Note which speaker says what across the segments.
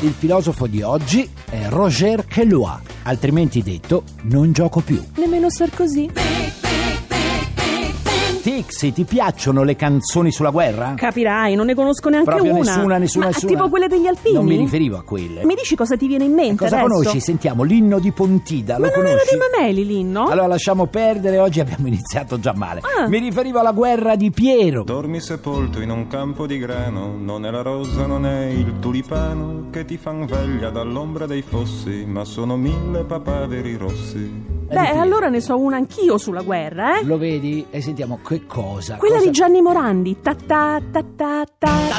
Speaker 1: Il filosofo di oggi è Roger Quelois, altrimenti detto non gioco più.
Speaker 2: Nemmeno Sarkozy.
Speaker 1: Tixi, ti piacciono le canzoni sulla guerra?
Speaker 2: Capirai, non ne conosco neanche
Speaker 1: Proprio
Speaker 2: una.
Speaker 1: nessuna, nessuna,
Speaker 2: Ma
Speaker 1: nessuna.
Speaker 2: tipo quelle degli alpini?
Speaker 1: Non mi riferivo a quelle. Eh,
Speaker 2: Mi dici cosa ti viene in mente
Speaker 1: Cosa
Speaker 2: adesso?
Speaker 1: conosci? Sentiamo l'inno di Pontida,
Speaker 2: Ma
Speaker 1: lo
Speaker 2: non era
Speaker 1: conosci?
Speaker 2: di Mameli l'inno?
Speaker 1: Allora lasciamo perdere, oggi abbiamo iniziato già male.
Speaker 2: Ah.
Speaker 1: Mi riferivo alla guerra di Piero.
Speaker 3: Dormi sepolto in un campo di grano, non è la rosa, non è il tulipano che ti fan veglia dall'ombra dei fossi, ma sono mille papaveri rossi.
Speaker 1: Di
Speaker 2: Beh,
Speaker 1: Piero.
Speaker 2: allora ne so una anch'io sulla guerra, eh?
Speaker 1: Lo vedi? E sentiamo che cosa.
Speaker 2: Quella
Speaker 1: cosa-
Speaker 2: di Gianni Morandi. Ta ta ta ta ta.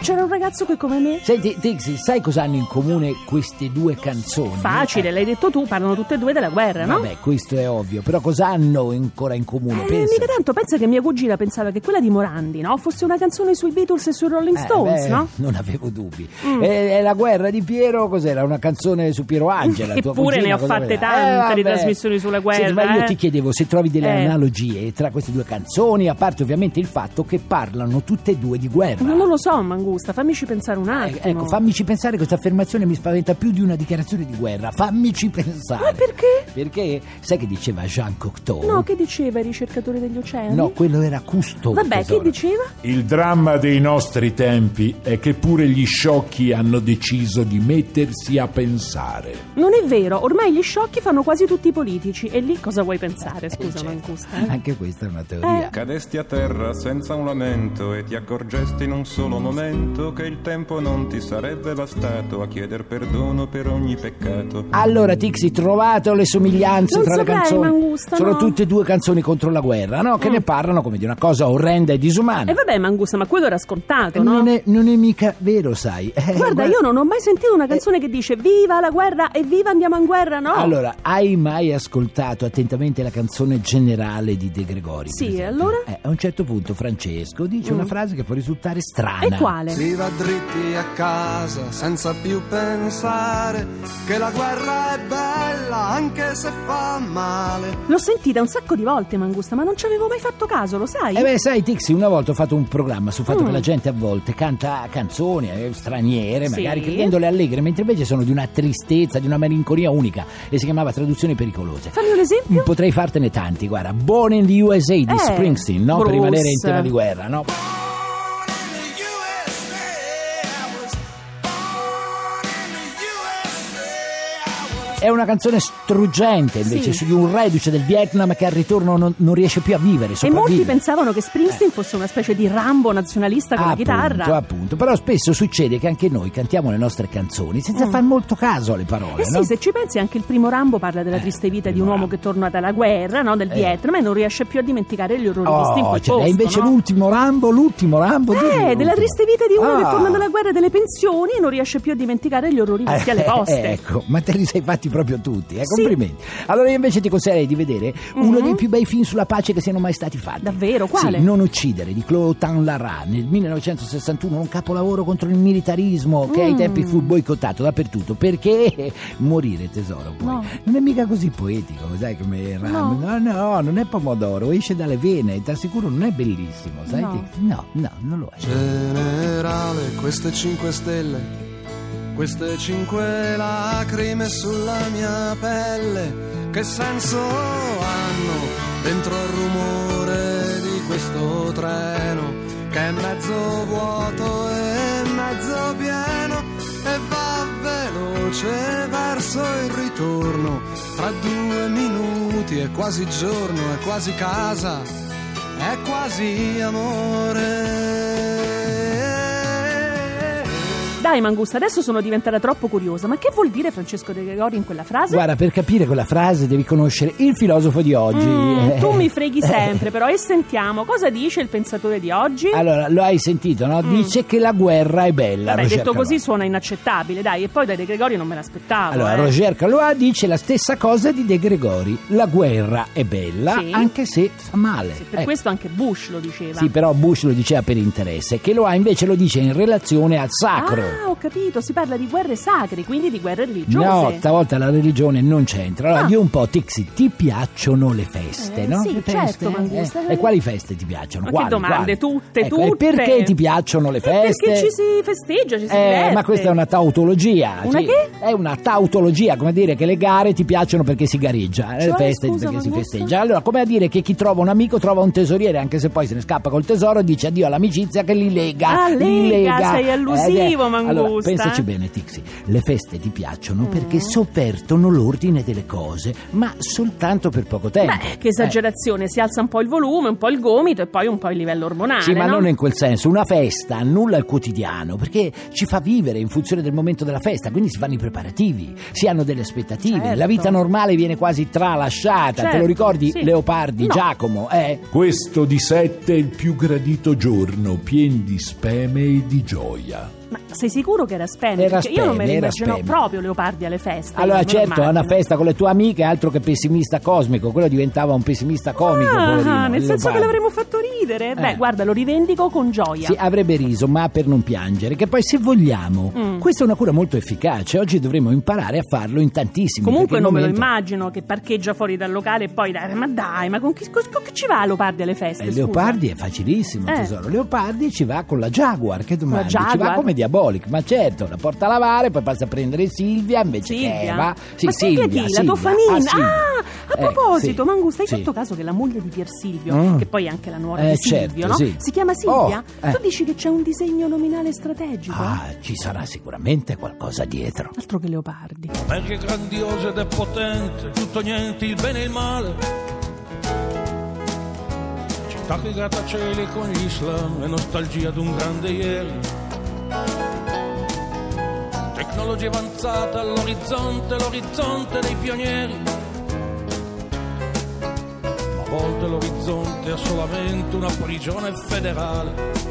Speaker 2: C'era un ragazzo che come me.
Speaker 1: Senti, Tixi, sai cosa hanno in comune queste due canzoni?
Speaker 2: Facile, l'hai detto tu, parlano tutte e due della guerra,
Speaker 1: Eh,
Speaker 2: no?
Speaker 1: Vabbè, questo è ovvio, però cosa hanno ancora in comune?
Speaker 2: Eh,
Speaker 1: Pensa.
Speaker 2: mica tanto, pensa che mia cugina pensava che quella di Morandi, no? Fosse una canzone sui Beatles e sui Rolling
Speaker 1: Eh,
Speaker 2: Stones,
Speaker 1: beh,
Speaker 2: no?
Speaker 1: Non avevo dubbi.
Speaker 2: Mm.
Speaker 1: E, e la guerra di Piero, cos'era? Una canzone su Piero Angela. tua
Speaker 2: Eppure
Speaker 1: cugina,
Speaker 2: ne ho
Speaker 1: cosa
Speaker 2: fatte
Speaker 1: voleva?
Speaker 2: tante di
Speaker 1: vabbè.
Speaker 2: trasmissioni sulla
Speaker 1: Senti,
Speaker 2: guerra,
Speaker 1: ma io
Speaker 2: eh.
Speaker 1: ti chiedevo se trovi delle
Speaker 2: Eh.
Speaker 1: analogie tra queste due canzoni, a parte ovviamente il fatto che parlano tutte e due di guerra.
Speaker 2: Ma non lo so, Mangusta, fammici pensare un
Speaker 1: Eh,
Speaker 2: attimo.
Speaker 1: Ecco, fammici pensare, questa affermazione mi spaventa più di una dichiarazione di guerra. Fammici pensare.
Speaker 2: Ma perché?
Speaker 1: Perché sai che diceva Jean Cocteau?
Speaker 2: No, che diceva il ricercatore degli oceani?
Speaker 1: No, quello era Cousteau.
Speaker 2: Vabbè,
Speaker 1: tesoro.
Speaker 2: che diceva?
Speaker 4: Il dramma dei nostri tempi è che pure gli sciocchi hanno deciso di mettersi a pensare.
Speaker 2: Non è vero, ormai gli sciocchi fanno quasi tutti i politici. E lì cosa vuoi pensare,
Speaker 1: Eh,
Speaker 2: scusa,
Speaker 1: certo.
Speaker 2: Mangusta? eh?
Speaker 1: Anche questa è una teoria.
Speaker 3: Cadesti a terra senza un lamento e ti accorgesti in un solo momento che il tempo non ti sarebbe bastato a chieder perdono per ogni peccato.
Speaker 1: Allora, Tixi, trovato le somiglianze
Speaker 2: Non
Speaker 1: tra le
Speaker 2: saprei,
Speaker 1: canzoni.
Speaker 2: Mangusta,
Speaker 1: Sono
Speaker 2: no. Ah.
Speaker 1: tutte e due canzoni contro la guerra, no? Che ne parlano come di una cosa orrenda e disumana.
Speaker 2: E vabbè, Mangusta, ma quello era scontato, no?
Speaker 1: non, è, non è mica vero, sai. Eh,
Speaker 2: Guarda, io non ho mai sentito una canzone che dice Viva la guerra e viva andiamo in guerra, no?
Speaker 1: Allora, hai mai ascoltato attentamente la canzone generale di De Gregori? per
Speaker 2: Sì, e
Speaker 1: esempio?
Speaker 2: allora? Mm.
Speaker 1: Eh, a un certo punto Francesco dice una frase che può risultare strana.
Speaker 2: e quale?
Speaker 5: Si va dritti a casa senza più pensare che la guerra è bella anche se fa male.
Speaker 2: L'ho sentita un sacco di volte, Mangusta, ma non ci avevo mai fatto caso, lo sai?
Speaker 1: Eh beh, sai, Tixi, una volta ho fatto un programma sul fatto
Speaker 2: Mm.
Speaker 1: che la gente a volte canta canzoni eh, straniere,
Speaker 2: Sì.
Speaker 1: magari credendole allegre, mentre invece sono di una tristezza, di una melanconia unica e si chiamava Traduzioni pericolose.
Speaker 2: Fammi un
Speaker 1: Mm,
Speaker 2: esempio.
Speaker 1: Potrei fartene tanti, guarda. Born in the USA di
Speaker 2: Eh,
Speaker 1: Springsteen, no? Per
Speaker 2: Bruce.
Speaker 1: rimanere in tema di guerra, no? È una canzone struggente invece
Speaker 2: Sì.
Speaker 1: su di un reduce del Vietnam che al ritorno non, non riesce più a vivere.
Speaker 2: E molti
Speaker 1: sopravvive.
Speaker 2: pensavano che
Speaker 1: Eh.
Speaker 2: Springsteen fosse una specie di Rambo nazionalista
Speaker 1: Ah,
Speaker 2: con la chitarra.
Speaker 1: Appunto, appunto. Però spesso succede che anche noi cantiamo le nostre canzoni senza far molto caso alle parole,
Speaker 2: Mm. Eh sì,
Speaker 1: no? Eh,
Speaker 2: se ci pensi anche il primo Rambo parla della triste vita di un
Speaker 1: primo
Speaker 2: uomo
Speaker 1: Rambo.
Speaker 2: che torna dalla guerra, no, del
Speaker 1: Eh.
Speaker 2: Vietnam e non riesce più a dimenticare gli orrori
Speaker 1: Oh,
Speaker 2: visti in quel
Speaker 1: ce
Speaker 2: posto,
Speaker 1: l'hai invece
Speaker 2: no?
Speaker 1: l'ultimo Rambo, l'ultimo Rambo dimmi
Speaker 2: Eh, della
Speaker 1: l'ultimo.
Speaker 2: triste vita di uno che
Speaker 1: Ah.
Speaker 2: torna dalla guerra e delle pensioni e non riesce più a dimenticare gli orrori visti alle
Speaker 1: Eh,
Speaker 2: poste.
Speaker 1: ecco, ma te li sei fatti proprio tutti, eh?
Speaker 2: Sì. Mm-hmm.
Speaker 1: complimenti. Allora io invece ti consiglierei di vedere uno dei più bei film sulla pace che siano mai stati fatti.
Speaker 2: Davvero? Quale?
Speaker 1: Sì, Non uccidere di Clotan Lara nel 1961, un capolavoro contro il militarismo che ai
Speaker 2: Mm.
Speaker 1: tempi fu boicottato dappertutto perché morire tesoro poi.
Speaker 2: No.
Speaker 1: Non è mica così poetico, sai come Ram. No, no, non è pomodoro, esce dalle vene, e t'assicuro non è bellissimo, sai?
Speaker 2: No.
Speaker 1: Tix? no, no, non lo è.
Speaker 5: Cioè, Generale, queste 5 stelle, queste 5 lacrime sulla mia pelle, che senso hanno dentro il rumore di questo treno che è mezzo vuoto e mezzo pieno e va veloce verso il ritorno tra due minuti è quasi giorno, è quasi casa è quasi amore.
Speaker 2: Dai, Mangusta, adesso sono diventata troppo curiosa. Ma che vuol dire Francesco De Gregori in quella frase?
Speaker 1: Guarda, per capire quella frase devi conoscere il filosofo di oggi.
Speaker 2: Mm,
Speaker 1: Eh,
Speaker 2: tu mi freghi sempre, però, e sentiamo cosa dice il pensatore di oggi.
Speaker 1: Allora, lo hai sentito, no? Dice che la guerra è bella.
Speaker 2: Mm. Vabbè,
Speaker 1: Roger
Speaker 2: detto
Speaker 1: Caloà.
Speaker 2: così suona inaccettabile, dai, e poi dai De Gregori non me l'aspettavo.
Speaker 1: Allora,
Speaker 2: eh.
Speaker 1: Roger Caloà dice la stessa cosa di De Gregori. La guerra è bella,
Speaker 2: Sì.
Speaker 1: anche se fa male.
Speaker 2: Sì, per
Speaker 1: Ecco.
Speaker 2: questo anche Bush lo diceva.
Speaker 1: Sì, però Bush lo diceva per interesse, che lo ha invece lo dice in relazione al sacro.
Speaker 2: Ah, ho capito, si parla di guerre sacre, quindi di guerre religiose.
Speaker 1: No, stavolta la religione non c'entra. Allora,
Speaker 2: Ah.
Speaker 1: di un po', Tixi, ti piacciono le feste,
Speaker 2: Eh,
Speaker 1: no?
Speaker 2: sì,
Speaker 1: le
Speaker 2: certo,
Speaker 1: feste,
Speaker 2: Mangusta.
Speaker 1: E quali feste ti piacciono?
Speaker 2: Ma che
Speaker 1: Quali,
Speaker 2: domande,
Speaker 1: quali?
Speaker 2: tutte,
Speaker 1: Ecco, e
Speaker 2: tutte.
Speaker 1: perché ti piacciono le
Speaker 2: Eh, perché
Speaker 1: feste?
Speaker 2: ci si festeggia, ci si
Speaker 1: Eh,
Speaker 2: diverte.
Speaker 1: ma questa è una tautologia.
Speaker 2: Una
Speaker 1: sì.
Speaker 2: che?
Speaker 1: È una tautologia, come dire che le gare ti piacciono perché si gareggia, eh, le
Speaker 2: Cioè,
Speaker 1: feste
Speaker 2: scusa,
Speaker 1: perché si
Speaker 2: Mangusta?
Speaker 1: festeggia. Allora, come a dire che chi trova un amico trova un tesoriere, anche se poi se ne scappa col tesoro, dice addio all'amicizia che li lega.
Speaker 2: Ah,
Speaker 1: li
Speaker 2: lega,
Speaker 1: lega.
Speaker 2: sei allusivo,
Speaker 1: Eh,
Speaker 2: Mangusta,
Speaker 1: Allora, pensaci
Speaker 2: eh.
Speaker 1: bene, Tixi. Le feste ti piacciono
Speaker 2: Mm.
Speaker 1: perché sovvertono l'ordine delle cose, ma soltanto per poco tempo.
Speaker 2: Beh, che
Speaker 1: Eh.
Speaker 2: esagerazione, si alza un po' il volume, un po' il gomito e poi un po' il livello ormonale,
Speaker 1: Eh, Sì, ma
Speaker 2: no?
Speaker 1: non in quel senso. Una festa annulla il quotidiano perché ci fa vivere in funzione del momento della festa, quindi si fanno i preparativi, si hanno delle aspettative.
Speaker 2: Certo.
Speaker 1: La vita normale viene quasi tralasciata. Te
Speaker 2: Certo,
Speaker 1: lo ricordi,
Speaker 2: sì.
Speaker 1: Leopardi,
Speaker 2: No.
Speaker 1: Giacomo? Eh?
Speaker 4: Questo di sette è il più gradito giorno, pien di speme e di gioia.
Speaker 2: Ma sei sicuro che era Spene?
Speaker 1: Era
Speaker 2: Perché io non me ne
Speaker 1: Spene, era
Speaker 2: immagino
Speaker 1: Spene.
Speaker 2: proprio Leopardi alle feste. io
Speaker 1: Allora,
Speaker 2: non me lo
Speaker 1: certo, a una
Speaker 2: immagino.
Speaker 1: festa con le tue amiche, altro che pessimista cosmico. Quello diventava un pessimista comico.
Speaker 2: Ah,
Speaker 1: poverino,
Speaker 2: nel senso che
Speaker 1: Leopardi.
Speaker 2: l'avremmo fatto ridere. Beh,
Speaker 1: Eh.
Speaker 2: guarda, lo rivendico con gioia.
Speaker 1: Sì, ah, avrebbe riso, ma per non piangere, che poi se vogliamo,
Speaker 2: Mm.
Speaker 1: questa è una cura molto efficace. Oggi dovremmo imparare a farlo in tantissimi
Speaker 2: Comunque
Speaker 1: perché il
Speaker 2: non me lo
Speaker 1: momento-
Speaker 2: immagino che parcheggia fuori dal locale e poi dai, ma dai, ma con chi, con- con chi ci va Leopardi alle feste?
Speaker 1: Eh,
Speaker 2: scusa?
Speaker 1: Leopardi è facilissimo,
Speaker 2: Eh.
Speaker 1: tesoro. Leopardi ci va con la Jaguar, che domanda? Ci va
Speaker 2: Jaguar?
Speaker 1: come Diabolic, ma certo, la porta a lavare, poi passa a prendere Silvia invece che
Speaker 2: Silvia?
Speaker 1: Eva. cioè, eh, Sì,
Speaker 2: ma Silvia, chi? La
Speaker 1: Silvia.
Speaker 2: tua fanina?
Speaker 1: Ah, Silvia.
Speaker 2: a
Speaker 1: Eh,
Speaker 2: proposito,
Speaker 1: sì,
Speaker 2: Mangusta, hai
Speaker 1: sì.
Speaker 2: fatto caso che la moglie di Pier Silvio,
Speaker 1: Mm.
Speaker 2: che poi è anche la nuora
Speaker 1: Eh,
Speaker 2: di Silvio,
Speaker 1: certo,
Speaker 2: no?
Speaker 1: sì.
Speaker 2: si chiama Silvia?
Speaker 1: Oh, eh.
Speaker 2: Tu dici che c'è un disegno nominale strategico?
Speaker 1: Ah, ci sarà sicuramente qualcosa dietro.
Speaker 2: Altro che Leopardi.
Speaker 6: perché è grandioso ed è potente, tutto niente, il bene e il male. Città che grattacieli con l'Islam e nostalgia d'un grande ieri. Tecnologia avanzata all'orizzonte, l'orizzonte dei pionieri. Ma a volte l'orizzonte è solamente una prigione federale.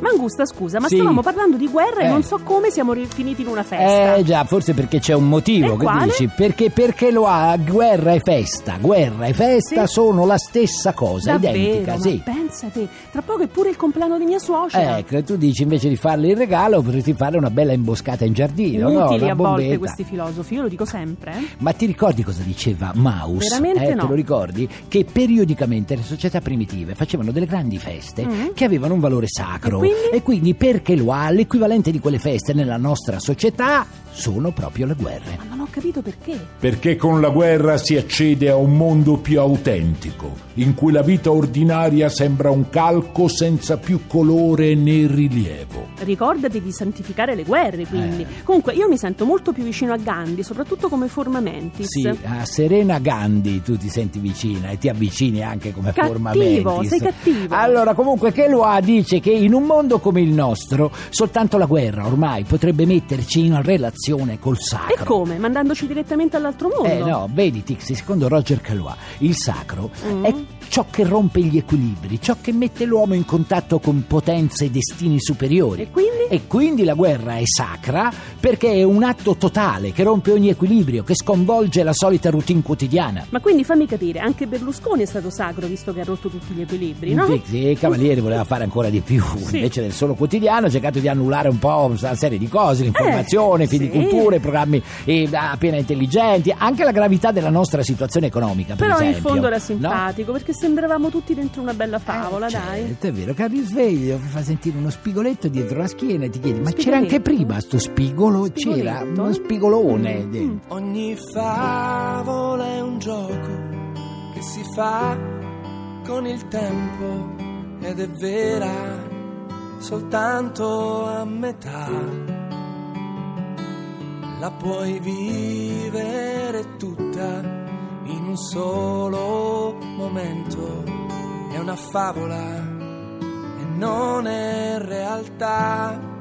Speaker 2: Mangusta, scusa, ma
Speaker 1: Sì.
Speaker 2: stavamo parlando di guerra e
Speaker 1: Eh.
Speaker 2: non so come siamo ri- finiti in una festa.
Speaker 1: Eh già, forse perché c'è un motivo,
Speaker 2: E
Speaker 1: che
Speaker 2: quale?
Speaker 1: dici? Perché, perché lo ha guerra e festa. Guerra e festa
Speaker 2: Sì.
Speaker 1: sono la stessa cosa,
Speaker 2: Davvero,
Speaker 1: identica,
Speaker 2: Cioè, ma cioè,
Speaker 1: sì.
Speaker 2: pensate, tra poco è pure il compleanno di mia suocera.
Speaker 1: Ecco, tu dici invece di farle il regalo potresti fare una bella imboscata in giardino, no?
Speaker 2: Inutili
Speaker 1: Una
Speaker 2: a volte
Speaker 1: bombetta.
Speaker 2: questi filosofi, io lo dico sempre. eh.
Speaker 1: Ma ti ricordi cosa diceva Maus?
Speaker 2: Veramente
Speaker 1: eh,
Speaker 2: no.
Speaker 1: Te lo ricordi? Che periodicamente le società primitive facevano delle grandi feste
Speaker 2: Mm.
Speaker 1: che avevano un valore sacro.
Speaker 2: E quindi?
Speaker 1: perché lo ha l'equivalente di quelle feste nella nostra società sono proprio le guerre.
Speaker 2: Ma non ho capito perché.
Speaker 4: Perché con la guerra si accede a un mondo più autentico, in cui la vita ordinaria sembra un calco senza più colore né rilievo.
Speaker 2: Ricordati di santificare le guerre, quindi.
Speaker 1: Eh.
Speaker 2: Comunque, io mi sento molto più vicino a Gandhi, soprattutto come forma mentis.
Speaker 1: Sì, eh, a Serena Gandhi tu ti senti vicina e ti avvicini anche come
Speaker 2: Cattivo,
Speaker 1: forma mentis.
Speaker 2: sei cattivo.
Speaker 1: Allora, comunque, che lo ha dice che in un mondo come il nostro soltanto la guerra ormai potrebbe metterci in relazione col sacro.
Speaker 2: E come? Mandandoci direttamente all'altro mondo?
Speaker 1: Eh no, vedi Tixi, secondo Roger Calois, il sacro
Speaker 2: Mm.
Speaker 1: è ciò che rompe gli equilibri, ciò che mette l'uomo in contatto con potenze e destini superiori.
Speaker 2: E quindi?
Speaker 1: E quindi la guerra è sacra perché è un atto totale che rompe ogni equilibrio, che sconvolge la solita routine quotidiana.
Speaker 2: Ma quindi fammi capire, anche Berlusconi è stato sacro visto che ha rotto tutti gli equilibri, no?
Speaker 1: Tixi, il eh, Cavalieri voleva fare ancora di più,
Speaker 2: Sì.
Speaker 1: invece del solo quotidiano ha cercato di annullare un po' una serie di cose, l'informazione,
Speaker 2: Eh, sì.
Speaker 1: filiculture, programmi eh, appena intelligenti, anche la gravità della nostra situazione economica, per
Speaker 2: Però in
Speaker 1: esempio,
Speaker 2: fondo era
Speaker 1: no?
Speaker 2: simpatico perché sembravamo tutti dentro una bella favola, dai.
Speaker 1: Certo, è vero che al risveglio fa sentire uno spigoletto dietro la schiena e ti chiedi: ma c'era
Speaker 2: Spigoletto?
Speaker 1: anche prima sto spigolo?
Speaker 2: Spigoletto? Mm,
Speaker 1: C'era uno spigolone. dentro.
Speaker 5: Ogni favola è un gioco che si fa con il tempo ed è vera soltanto a metà. La puoi vivere tutta in un solo momento. È una favola e non è realtà.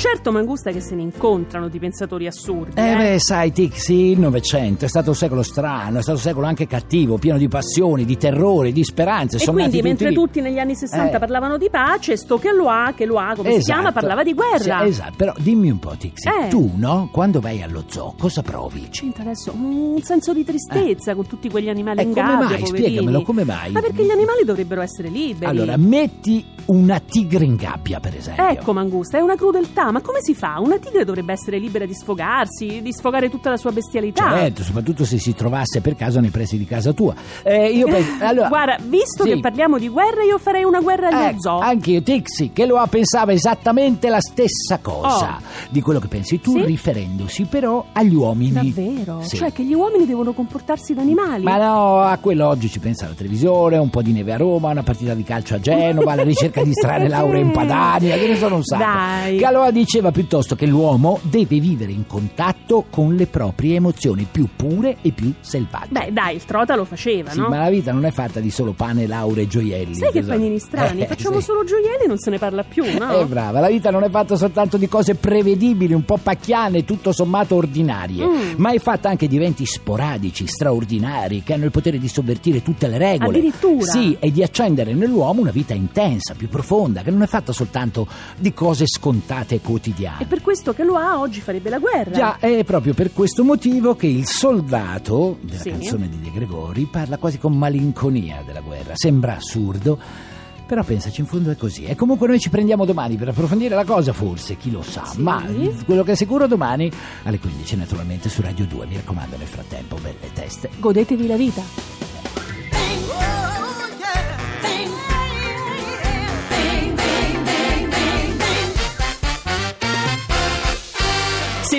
Speaker 2: Certo Mangusta che se ne incontrano di pensatori assurdi.
Speaker 1: Eh
Speaker 2: eh.
Speaker 1: beh, sai, Tic, sì, il Novecento è stato un secolo strano, è stato un secolo anche cattivo, pieno di passioni, di terrori, di speranze.
Speaker 2: E
Speaker 1: sono nati
Speaker 2: quindi mentre
Speaker 1: lì.
Speaker 2: tutti negli anni 60
Speaker 1: Eh.
Speaker 2: parlavano di pace, sto che lo ha, che lo ha, come si
Speaker 1: Esatto.
Speaker 2: chiama, parlava di guerra.
Speaker 1: Sì, esatto, però dimmi un po', Tixi,
Speaker 2: Eh.
Speaker 1: tu no? Quando vai allo zoo cosa provi?
Speaker 2: C'entra adesso un senso di tristezza con tutti quegli animali
Speaker 1: Eh,
Speaker 2: in
Speaker 1: come
Speaker 2: gabbia,
Speaker 1: mai?
Speaker 2: poverini.
Speaker 1: Spiegamelo, come mai?
Speaker 2: Ma perché gli animali dovrebbero essere liberi?
Speaker 1: Allora, metti una tigre in gabbia, per esempio.
Speaker 2: Ecco Mangusta, è una crudeltà, ma come si fa? Una tigre dovrebbe essere libera di sfogarsi, di sfogare tutta la sua bestialità.
Speaker 1: Certo, soprattutto se si trovasse per caso nei pressi di casa tua. Eh, io penso, allora,
Speaker 2: Guarda, visto
Speaker 1: sì.
Speaker 2: che parliamo di guerra, io farei una guerra allo
Speaker 1: Ecco,
Speaker 2: zoo.
Speaker 1: Anche io, Tixi, che lo ha pensava esattamente la stessa cosa
Speaker 2: Oh.
Speaker 1: di quello che pensi tu,
Speaker 2: Sì?
Speaker 1: riferendosi però agli uomini.
Speaker 2: Davvero?
Speaker 1: Sì.
Speaker 2: Cioè che gli uomini devono comportarsi da animali?
Speaker 1: Ma no, a quello oggi ci pensa la televisione, un po' di neve a Roma, una partita di calcio a Genova, la ricerca di strane lauree in Padania, che ne sono un sacco.
Speaker 2: Dai.
Speaker 1: Galoa diceva piuttosto che l'uomo deve vivere in contatto con le proprie emozioni più pure e più selvagge.
Speaker 2: Beh, dai, il trota lo faceva,
Speaker 1: Sì,
Speaker 2: no?
Speaker 1: ma la vita non è fatta di solo pane, lauree e gioielli.
Speaker 2: Sai che
Speaker 1: tesoro.
Speaker 2: panini strani?
Speaker 1: Eh,
Speaker 2: Facciamo
Speaker 1: sì.
Speaker 2: solo gioielli e non se ne parla più, no?
Speaker 1: Eh, brava, la vita non è fatta soltanto di cose prevedibili, un po' pacchiane, tutto sommato ordinarie,
Speaker 2: Mm.
Speaker 1: ma è fatta anche di eventi sporadici, straordinari, che hanno il potere di sovvertire tutte le regole.
Speaker 2: Addirittura?
Speaker 1: Sì, e di accendere nell'uomo una vita intensa, più profonda, che non è fatta soltanto di cose scontate e quotidiane.
Speaker 2: E per questo che lo ha oggi farebbe la guerra.
Speaker 1: Già, è proprio per questo motivo che il soldato della
Speaker 2: Sì.
Speaker 1: canzone di De Gregori parla quasi con malinconia della guerra. Sembra assurdo, però pensaci, in fondo è così. E comunque noi ci prendiamo domani per approfondire la cosa, forse, chi lo sa.
Speaker 2: Sì.
Speaker 1: Ma quello che è sicuro domani alle 15, naturalmente, su Radio 2. Mi raccomando, nel frattempo, belle teste.
Speaker 2: Godetevi la vita. Se